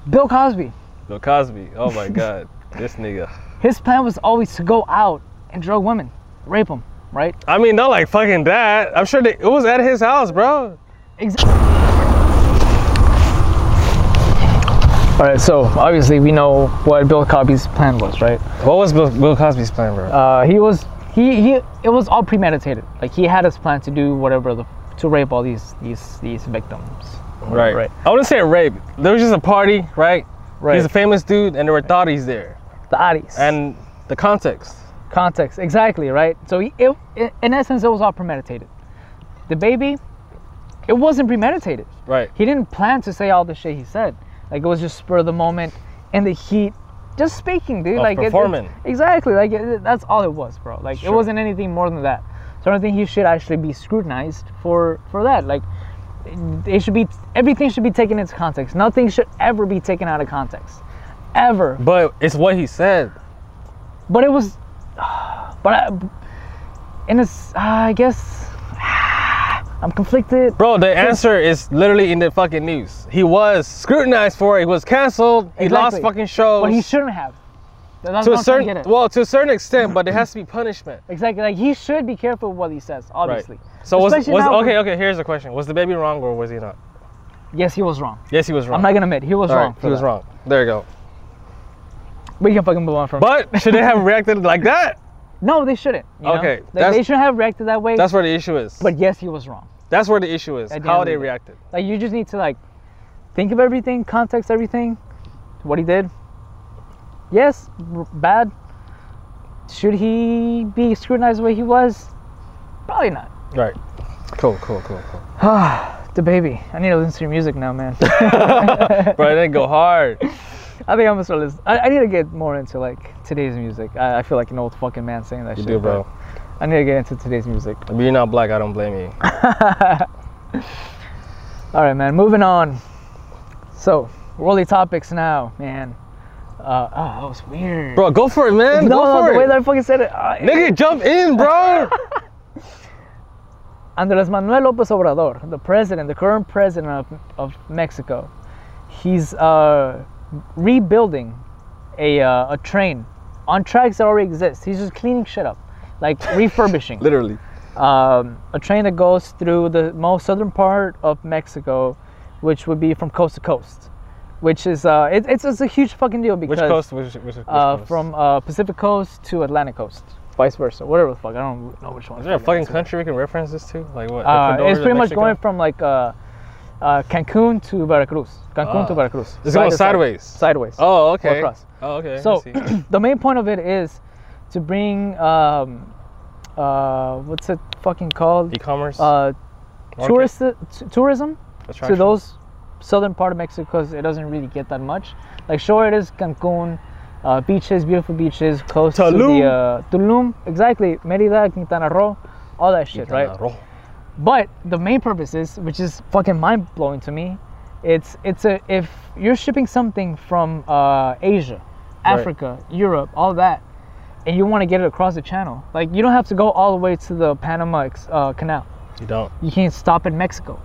A: Bill Cosby.
B: Bill Cosby. Oh my God. this nigga.
A: His plan was always to go out and drug women, rape them, right?
B: I mean, not like fucking that. I'm sure they, it was at his house, bro.
A: Exactly. All right, so obviously we know what Bill Cosby's plan was, right?
B: What was Bill, Bill Cosby's plan, bro?
A: Uh, he was he he it was all premeditated. Like he had his plan to do whatever the to rape all these these these victims.
B: right.
A: right.
B: I wouldn't say rape. There was just a party, right?
A: Right.
B: He's a famous dude, and there were thotties there,
A: The oddies.
B: and the context.
A: context exactly right so he- it, i in essence it was all premeditated the baby it wasn't premeditated
B: Right.
A: he didn't plan to say all the shit he said like it was just spur of the moment in the heat, just speaking, dude.
B: Of
A: like it- it-
B: performing.
A: exactly. Like it, it- that's all it was, bro. Like
B: Sure.
A: it wasn't anything more than that. So I don't think he should actually be scrutinized for for that. Like it should be everything should be taken into context. Nothing should ever be taken out of context, ever.
B: But it's what he said.
A: But it was, but I, in a s uh, I I guess I'm conflicted.
B: Bro, the answer is literally in the fucking news. He was scrutinized for it. He was canceled. He lost
A: Exactly.
B: fucking shows.
A: But he shouldn't have. That- That's
B: to
A: what
B: a
A: I'm trying to
B: certain
A: get at.
B: well, to a certain extent, but there has to be punishment.
A: exactly. Like he should be careful with what he says. Obviously.
B: So was, was
A: Especially now
B: okay,
A: when-
B: okay, here's the question. Was the baby wrong or was he not?
A: Yes, he was wrong.
B: Yes, he was wrong.
A: I'm not gonna admit he was
B: All right,
A: wrong.
B: he was wrong. There you go.
A: We can fucking move on from.
B: But should they have reacted like that?
A: no, they shouldn't. you know?
B: Okay,
A: Like,
B: that's-
A: they shouldn't have reacted that way.
B: That's where the issue is.
A: but yes, he was wrong.
B: that's where the issue is.
A: At the
B: How
A: end of
B: they
A: the day.
B: reacted.
A: Like you just need to like think of everything, context everything, what he did. Yes, r- bad. Should he be scrutinized the way he was? Probably not.
B: Right. Cool, cool, cool, cool.
A: the baby. I need to listen to your music now, man.
B: Bro, it didn't go hard.
A: I think I'm gonna start listening. I, I need to get more into like today's music. I, I feel like an old fucking man saying that
B: You
A: shit.
B: do,
A: but
B: bro.
A: I need to get into today's music.
B: If you're not black, I don't blame you.
A: All right, man. Moving on. So, worldly topics now, man. Uh, oh, that was weird.
B: Bro, go for it, man.
A: no,
B: go
A: no,
B: for
A: the way
B: it.
A: that I fucking said it. Uh,
B: Nigga, jump in, bro.
A: Andres Manuel López Obrador, the president, the current president of, of Mexico, he's uh, rebuilding a, uh, a train on tracks that already exist. He's just cleaning shit up, like refurbishing.
B: Literally.
A: um, a train that goes through the most southern part of Mexico, which would be from coast to coast, which is uh, it, it's, it's a huge fucking deal because
B: Which coast? Which, which, which
A: uh,
B: coast?
A: from uh, Pacific coast to Atlantic coast, vice versa, whatever the fuck. I don't know which one.
B: Is there a fucking country we can reference this to? Like what?
A: Uh,
B: Ecuador
A: it's
B: to
A: pretty much
B: Mexico?
A: going from like uh, uh, Cancun to Veracruz, Cancun to
B: Ah.
A: Veracruz.
B: It's
A: Side to
B: going
A: side.
B: sideways.
A: Sideways.
B: Oh,
A: Or
B: okay.
A: across.
B: Oh, okay. I
A: So
B: see.
A: the main point of it is to bring um, uh, what's it fucking called?
B: e-commerce
A: Uh,
B: market
A: tourist t- tourism
B: attraction.
A: to those southern part of Mexico 'cause it doesn't really get that much. Like sure it is Cancun, uh, beaches, beautiful beaches, close to
B: Tulum.
A: the uh, Tulum, exactly Merida, Quintana Roo, all that shit, right?
B: Quintana Roo.
A: But the main purpose is, which is fucking mind blowing to me, it's it's a if you're shipping something from uh, Asia,
B: Right.
A: Africa, Europe, all that, and you want to get it across the channel, like you don't have to go all the way to the Panama ex- uh, Canal.
B: You don't.
A: You can stop in Mexico.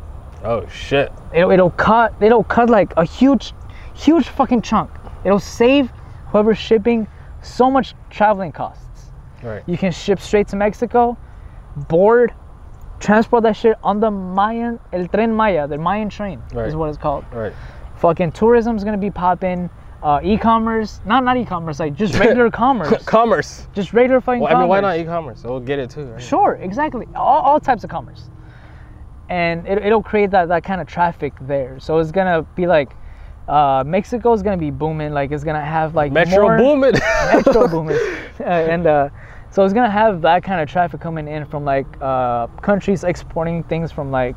B: Oh shit.
A: It'll, it'll cut it'll cut like a huge, huge fucking chunk. It'll save whoever's shipping so much traveling costs.
B: Right.
A: You can ship straight to Mexico, board, transport that shit on the Mayan, El Tren Maya, the Mayan train
B: Right.
A: is what it's called.
B: Right.
A: Fucking tourism's gonna be popping, uh, e-commerce, not not e-commerce, like just regular commerce,
B: Commerce.
A: just regular fucking
B: Well, I mean,
A: commerce.
B: why not e-commerce? We'll get it too. Right?
A: Sure, exactly. All, all types of commerce. And it, it'll create that, that kind of traffic there. So it's gonna be like, uh, Mexico is gonna be booming. Like it's gonna have like
B: Metro
A: more,
B: booming.
A: metro boomers Uh, and uh, so it's gonna have that kind of traffic coming in from like uh, countries exporting things from like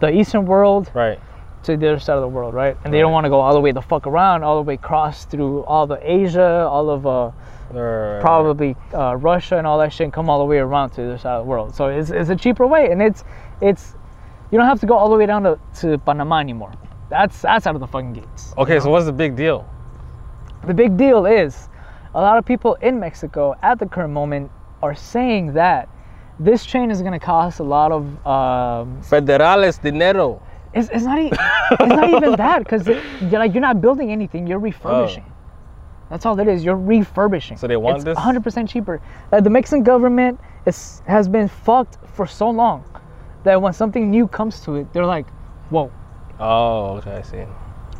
A: the eastern world
B: right.
A: to the other side of the world right and they don't want to go all the way the fuck around all the way cross through all the asia all of uh,
B: Right, right, right.
A: probably uh, russia and all that shit and come all the way around to the other side of the world so it's, it's a cheaper way and it's it's you don't have to go all the way down to, to panama anymore that's that's out of the fucking gates
B: Okay, so what's the big deal?
A: the big deal is a lot of people in Mexico at the current moment are saying that this train is going to cost a lot of. Um,
B: Federales dinero.
A: it's, it's, not, e- it's not even that because you're like you're not building anything. You're refurbishing. That's all it is. You're refurbishing.
B: Oh. So they want
A: it's
B: this?
A: 100% cheaper. Uh, the Mexican government is, has been fucked for so long that when something new comes to it, they're like, "Whoa,
B: Oh, okay, I see.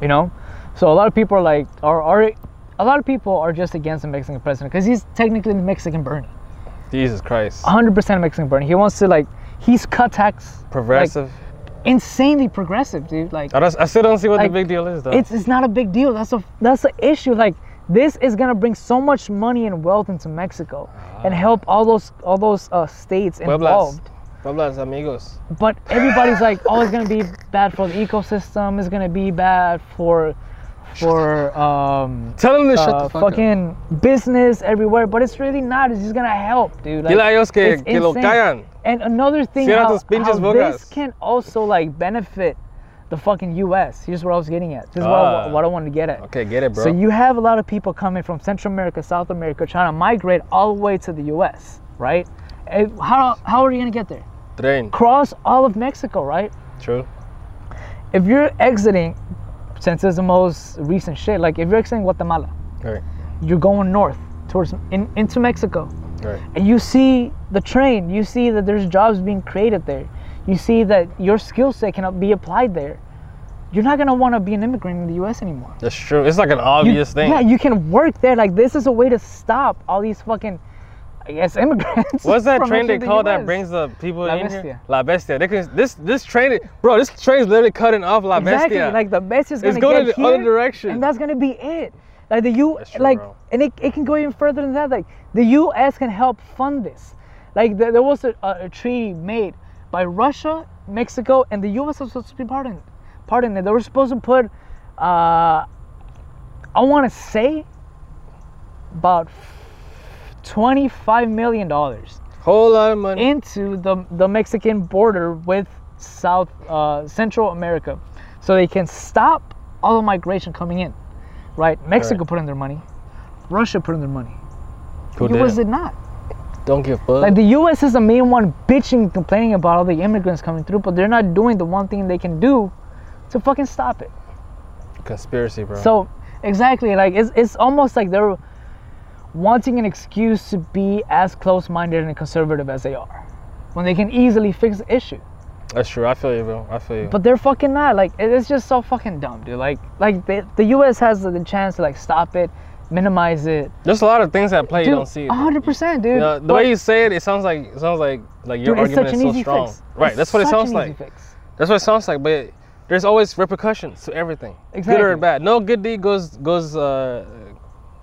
A: you know so a lot of people are like are, are a lot of people are just against the mexican president because he's technically mexican bernie
B: Jesus Christ.
A: Uh, 100% mexican bernie he wants to like he's cut tax
B: Progressive.
A: insanely progressive dude like
B: I, don't, I still don't see what
A: like,
B: the big deal is though.
A: it's, it's not a big deal that's a that's the issue like this is gonna bring so much money and wealth into mexico and help all those all those uh, states
B: Ah. Pueblas.
A: involved
B: Pueblas amigos.
A: but everybody's like, oh, it's gonna be bad for the ecosystem. It's gonna be bad for for um,
B: Tell him to shut
A: uh,
B: the fuck up.
A: fucking business everywhere, but it's really not. It's just gonna help, dude.
B: Dile a ellos que,
A: it's
B: que lo
A: insane.
B: callan.
A: And another thing,
B: Cierra
A: how,
B: tus pinches
A: how
B: bocas.
A: this can also like benefit the fucking U.S. Here's what I was getting at. This is what,
B: Ah.
A: I, what I wanted to get at.
B: Okay, get it, bro.
A: So you have a lot of people coming from Central America, South America, trying to migrate all the way to the U.S. Right? And How how are you gonna get there?
B: Train.
A: Cross all of Mexico, right?
B: True.
A: If you're exiting, since it's the most recent shit, like if you're exiting Guatemala,
B: Right.
A: you're going north towards in, into Mexico,
B: Right.
A: and you see the train, you see that there's jobs being created there, you see that your skill set can be applied there. You're not gonna want to be an immigrant in the U.S. anymore.
B: That's true. It's like an
A: You-
B: obvious thing.
A: Yeah, you can work there. Like this is a way to stop all these fucking, I guess, immigrants.
B: What's that
A: from
B: train they
A: entering the
B: call that
A: US.
B: brings the people
A: La
B: in here?
A: Bestia.
B: La Bestia. They can, this this train, bro. This train's literally cutting off La
A: Exactly.
B: Bestia.
A: Like the best is gonna
B: It's going
A: get
B: in the other
A: here,
B: direction.
A: and that's gonna be it. Like the U,
B: That's true,
A: like,
B: bro.
A: and it, it can go even further than that. Like the U.S. can help fund this. Like there, there was a, a, a treaty made by Russia, Mexico, and the U.S. was supposed to be part in, part in it. They were supposed to put, uh, I want to say, about twenty-five million dollars
B: Whole lot of money.
A: into the, the Mexican border with South uh, Central America, so they can stop all the migration coming in. Right? Mexico put in their money, Russia put in their money.
B: Who
A: U.S.
B: did?
A: did not.
B: Don't give fuck.
A: Like the U.S. is the main one bitching, complaining about all the immigrants coming through, but they're not doing the one thing they can do to fucking stop it.
B: Conspiracy, bro.
A: So exactly, like it's it's almost like they're wanting an excuse to be as close-minded and conservative as they are, when they can easily fix the issue.
B: That's true. I feel you, bro. I feel you.
A: But they're fucking not. Like it- it's just so fucking dumb, dude. Like like the the U.S. has the, the chance to like stop it, minimize it.
B: There's a lot of things at play you
A: Dude,
B: don't see. bro.
A: hundred percent, dude.
B: You know, the
A: But-
B: way you say it, it sounds like it sounds like like your
A: dude, it's such
B: argument is
A: an
B: so
A: easy
B: strong.
A: fix.
B: Right.
A: It's
B: That's what it
A: such
B: sounds
A: an
B: like.
A: Easy fix.
B: That's what it sounds like. But there's always repercussions to everything, good or
A: Exactly.
B: bad. No good deed goes goes. Uh,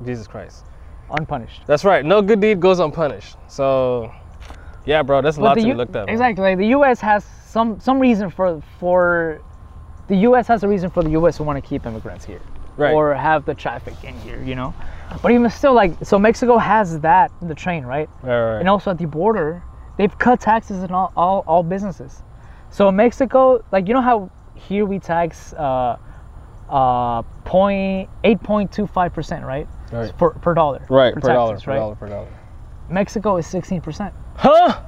B: Jesus Christ.
A: Unpunished.
B: That's right. No good deed goes unpunished. So, yeah, bro. That's a lot
A: the
B: to be
A: U-
B: looked at. man.
A: Exactly. Like the U.S. has some some reason for for the U.S. has a reason for the U.S. to want to keep immigrants here
B: Right.
A: or have the traffic in here, you know. But even still, like so, Mexico has that the train, right?
B: Right, right, right.
A: And also at the border, they've cut taxes in all all, all businesses. So in Mexico, like you know how here we tax uh, uh, point eight point two five percent, right?
B: Right.
A: Per, per dollar.
B: Right,
A: for
B: per dollar,
A: taxes,
B: per dollar, per dollar.
A: Mexico is sixteen percent.
B: Huh?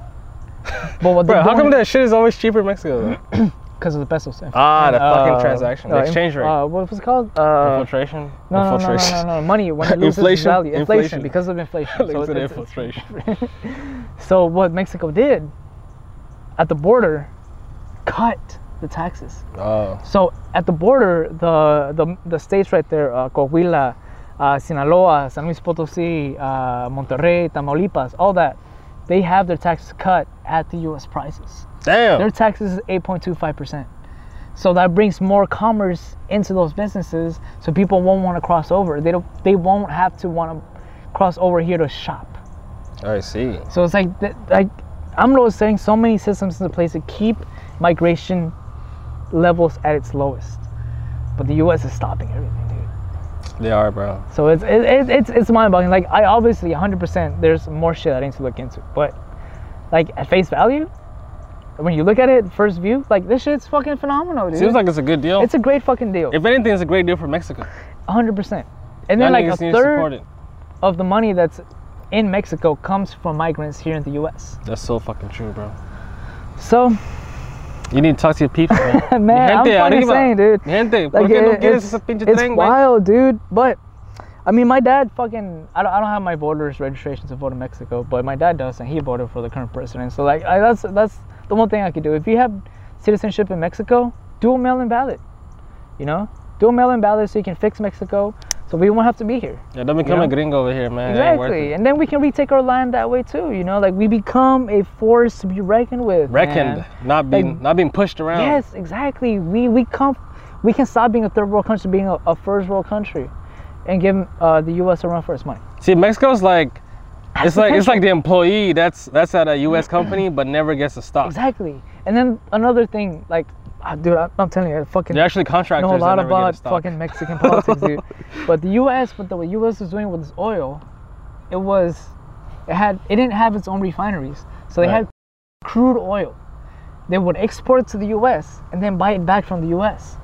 A: But what
B: Bro,
A: they're
B: how
A: doing-
B: come that shit is always cheaper in Mexico though?
A: because of the pesos.
B: Ah, the
A: And,
B: fucking
A: uh,
B: transaction, the
A: uh,
B: exchange
A: inf-
B: rate,
A: Uh, what was it called? Uh,
B: infiltration,
A: no, no, no, no,
B: infiltration.
A: no, no, money when it loses inflation,
B: Inflation?
A: value. Inflation,
B: Inflation.
A: because of inflation.
B: Links to the
A: it's- it's-
B: infiltration.
A: so what Mexico did at the border, cut the taxes.
B: Oh,
A: So at the border, the the, the states right there, uh, Coahuila, uh, Sinaloa, San Luis Potosí, uh, Monterrey, Tamaulipas, all that, they have their taxes cut at the U.S. prices.
B: damn.
A: Their taxes is 8.25%. So that brings more commerce into those businesses. So people won't want to cross over. They don't. They won't have to want to cross over here to shop.
B: I see.
A: So it's like th- like AMLO is setting so many systems into place to keep migration levels at its lowest. But the U.S. is stopping everything, dude.
B: They are, bro.
A: So it's it, it, it's it's mind-boggling. Like I obviously 100% there's more shit I need to look into, but like at face value. When you look at it first view, like this shit's fucking phenomenal, dude.
B: Seems like it's a good deal.
A: It's a great fucking deal,
B: if anything, it's a great deal for Mexico.
A: 100%. And
B: Y'all
A: then, like, a
B: niggas need to support
A: third
B: it.
A: of the money that's in Mexico comes from migrants here in the US.
B: That's so fucking true, bro.
A: So,
B: You need to talk to your people, man.
A: man, I'm fucking saying, dude.
B: Gente, ¿por
A: Like,
B: qué no
A: it-
B: quieres
A: it's,
B: ese pinche
A: it's
B: tren, güey?
A: wild, dude. But, I mean, my dad fucking, I don't, I don't have my voter's registration to vote in Mexico, but my dad does, and he voted for the current president. So, like, I, that's, that's the one thing I could do. If you have citizenship in Mexico, do a mail in ballot, you know? Do a mail in ballot so you can fix Mexico so we won't have to be here.
B: Yeah, don't become a
A: Yeah.
B: gringo over here, man. It ain't worth
A: Exactly.
B: it.
A: And then we can retake our land that way too, you know? Like we become a force to be reckoned with.
B: Reckoned,
A: man.
B: not being,
A: Like-
B: not being pushed
C: Oh.
B: around.
A: Yes, exactly. We we come we can stop being a third world country being a, a first world country and give uh, the US a run for its money.
B: See, Mexico's like, it's like it's
A: potential.
B: like the employee that's that's at a U.S. company but never gets a stock.
A: Exactly. And then another thing, like Ah, dude, I, I'm telling you, I fucking
C: They're actually contractors.
A: know a
C: that
A: lot
C: never get a
A: about
C: stock.
A: fucking Mexican politics, dude. But the U.S., but the U.S. was doing with this oil, it was, it had, it didn't have its own refineries, so they
C: Right.
A: had crude oil. They would export it to the U.S. and then buy it back from the U.S.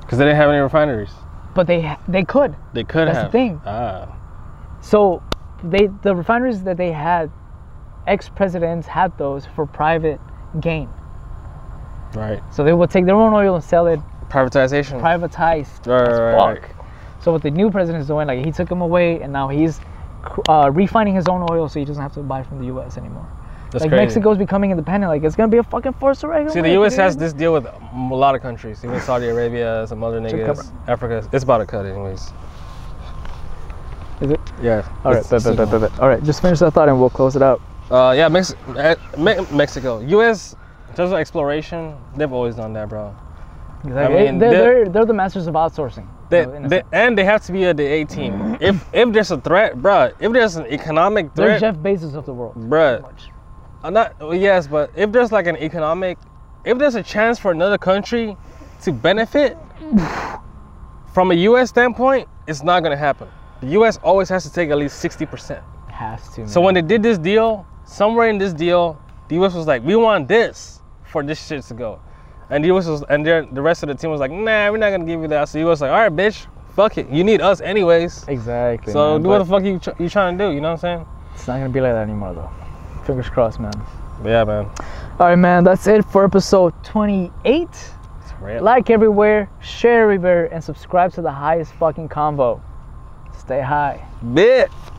C: Because they didn't have any refineries.
A: But they ha- they could.
C: They could
A: That's the
C: have.
A: thing.
C: Ah,
A: So they the refineries that they had, ex presidents had those for private gain.
C: right.
A: So they would take their own oil and sell it
B: Privatization.
A: privatized
C: Right,
A: as
C: right, right,
A: fuck. So what the new president is doing, like he took them away, and now he's uh, refining his own oil, so he doesn't have to buy from the U.S. anymore.
C: That's
A: like
C: crazy.
A: Mexico's becoming independent. Like it's gonna be a fucking force to regulate.
B: See, the U.S. has this deal with a lot of countries, even Saudi Arabia, some other
A: Should
B: niggas, Africa. It's about to cut, anyways.
A: Is it?
B: Yeah.
A: All right, bet,
B: it's-
A: bet, bet, bet, bet. all right. Just finish that thought, and we'll close it out.
B: Uh, yeah, Mex- eh, Me- Mexico, U.S. In terms of exploration, they've always done that, bro.
A: Exactly.
B: mean,
A: they're,
B: the-
A: they're, they're the masters of outsourcing.
B: They,
A: you know, in a
B: they-
A: sense.
B: and they have to be at the A team. if if there's a threat, bro, if there's an economic
A: they're
B: threat,
A: Jeff Bezos of the world.
B: bro,
A: Pretty much.
B: I'm not well, yes, but if there's like an economic, if there's a chance for another country to benefit from a U.S. standpoint, it's not gonna happen. The U.S. always has to take at least sixty percent.
A: Has to.
B: So when they did this deal, somewhere in this deal, the U.S. was like, "We want this for this shit to go," and the U.S. was, and their, the rest of the team was like, "Nah, we're not gonna give you that." So the U.S. was like, "All right, bitch, fuck it. You need us anyways."
A: Exactly.
B: So
A: man,
B: do what the
A: but
B: fuck you tr- you trying to do? You know what I'm saying?
A: It's not gonna be like that anymore, though. Fingers crossed, man.
B: But yeah, man.
A: All right, man. That's it for episode 28.
B: It's real.
A: Like everywhere, share everywhere, and subscribe to the highest fucking combo. Stay high.
B: Bitch.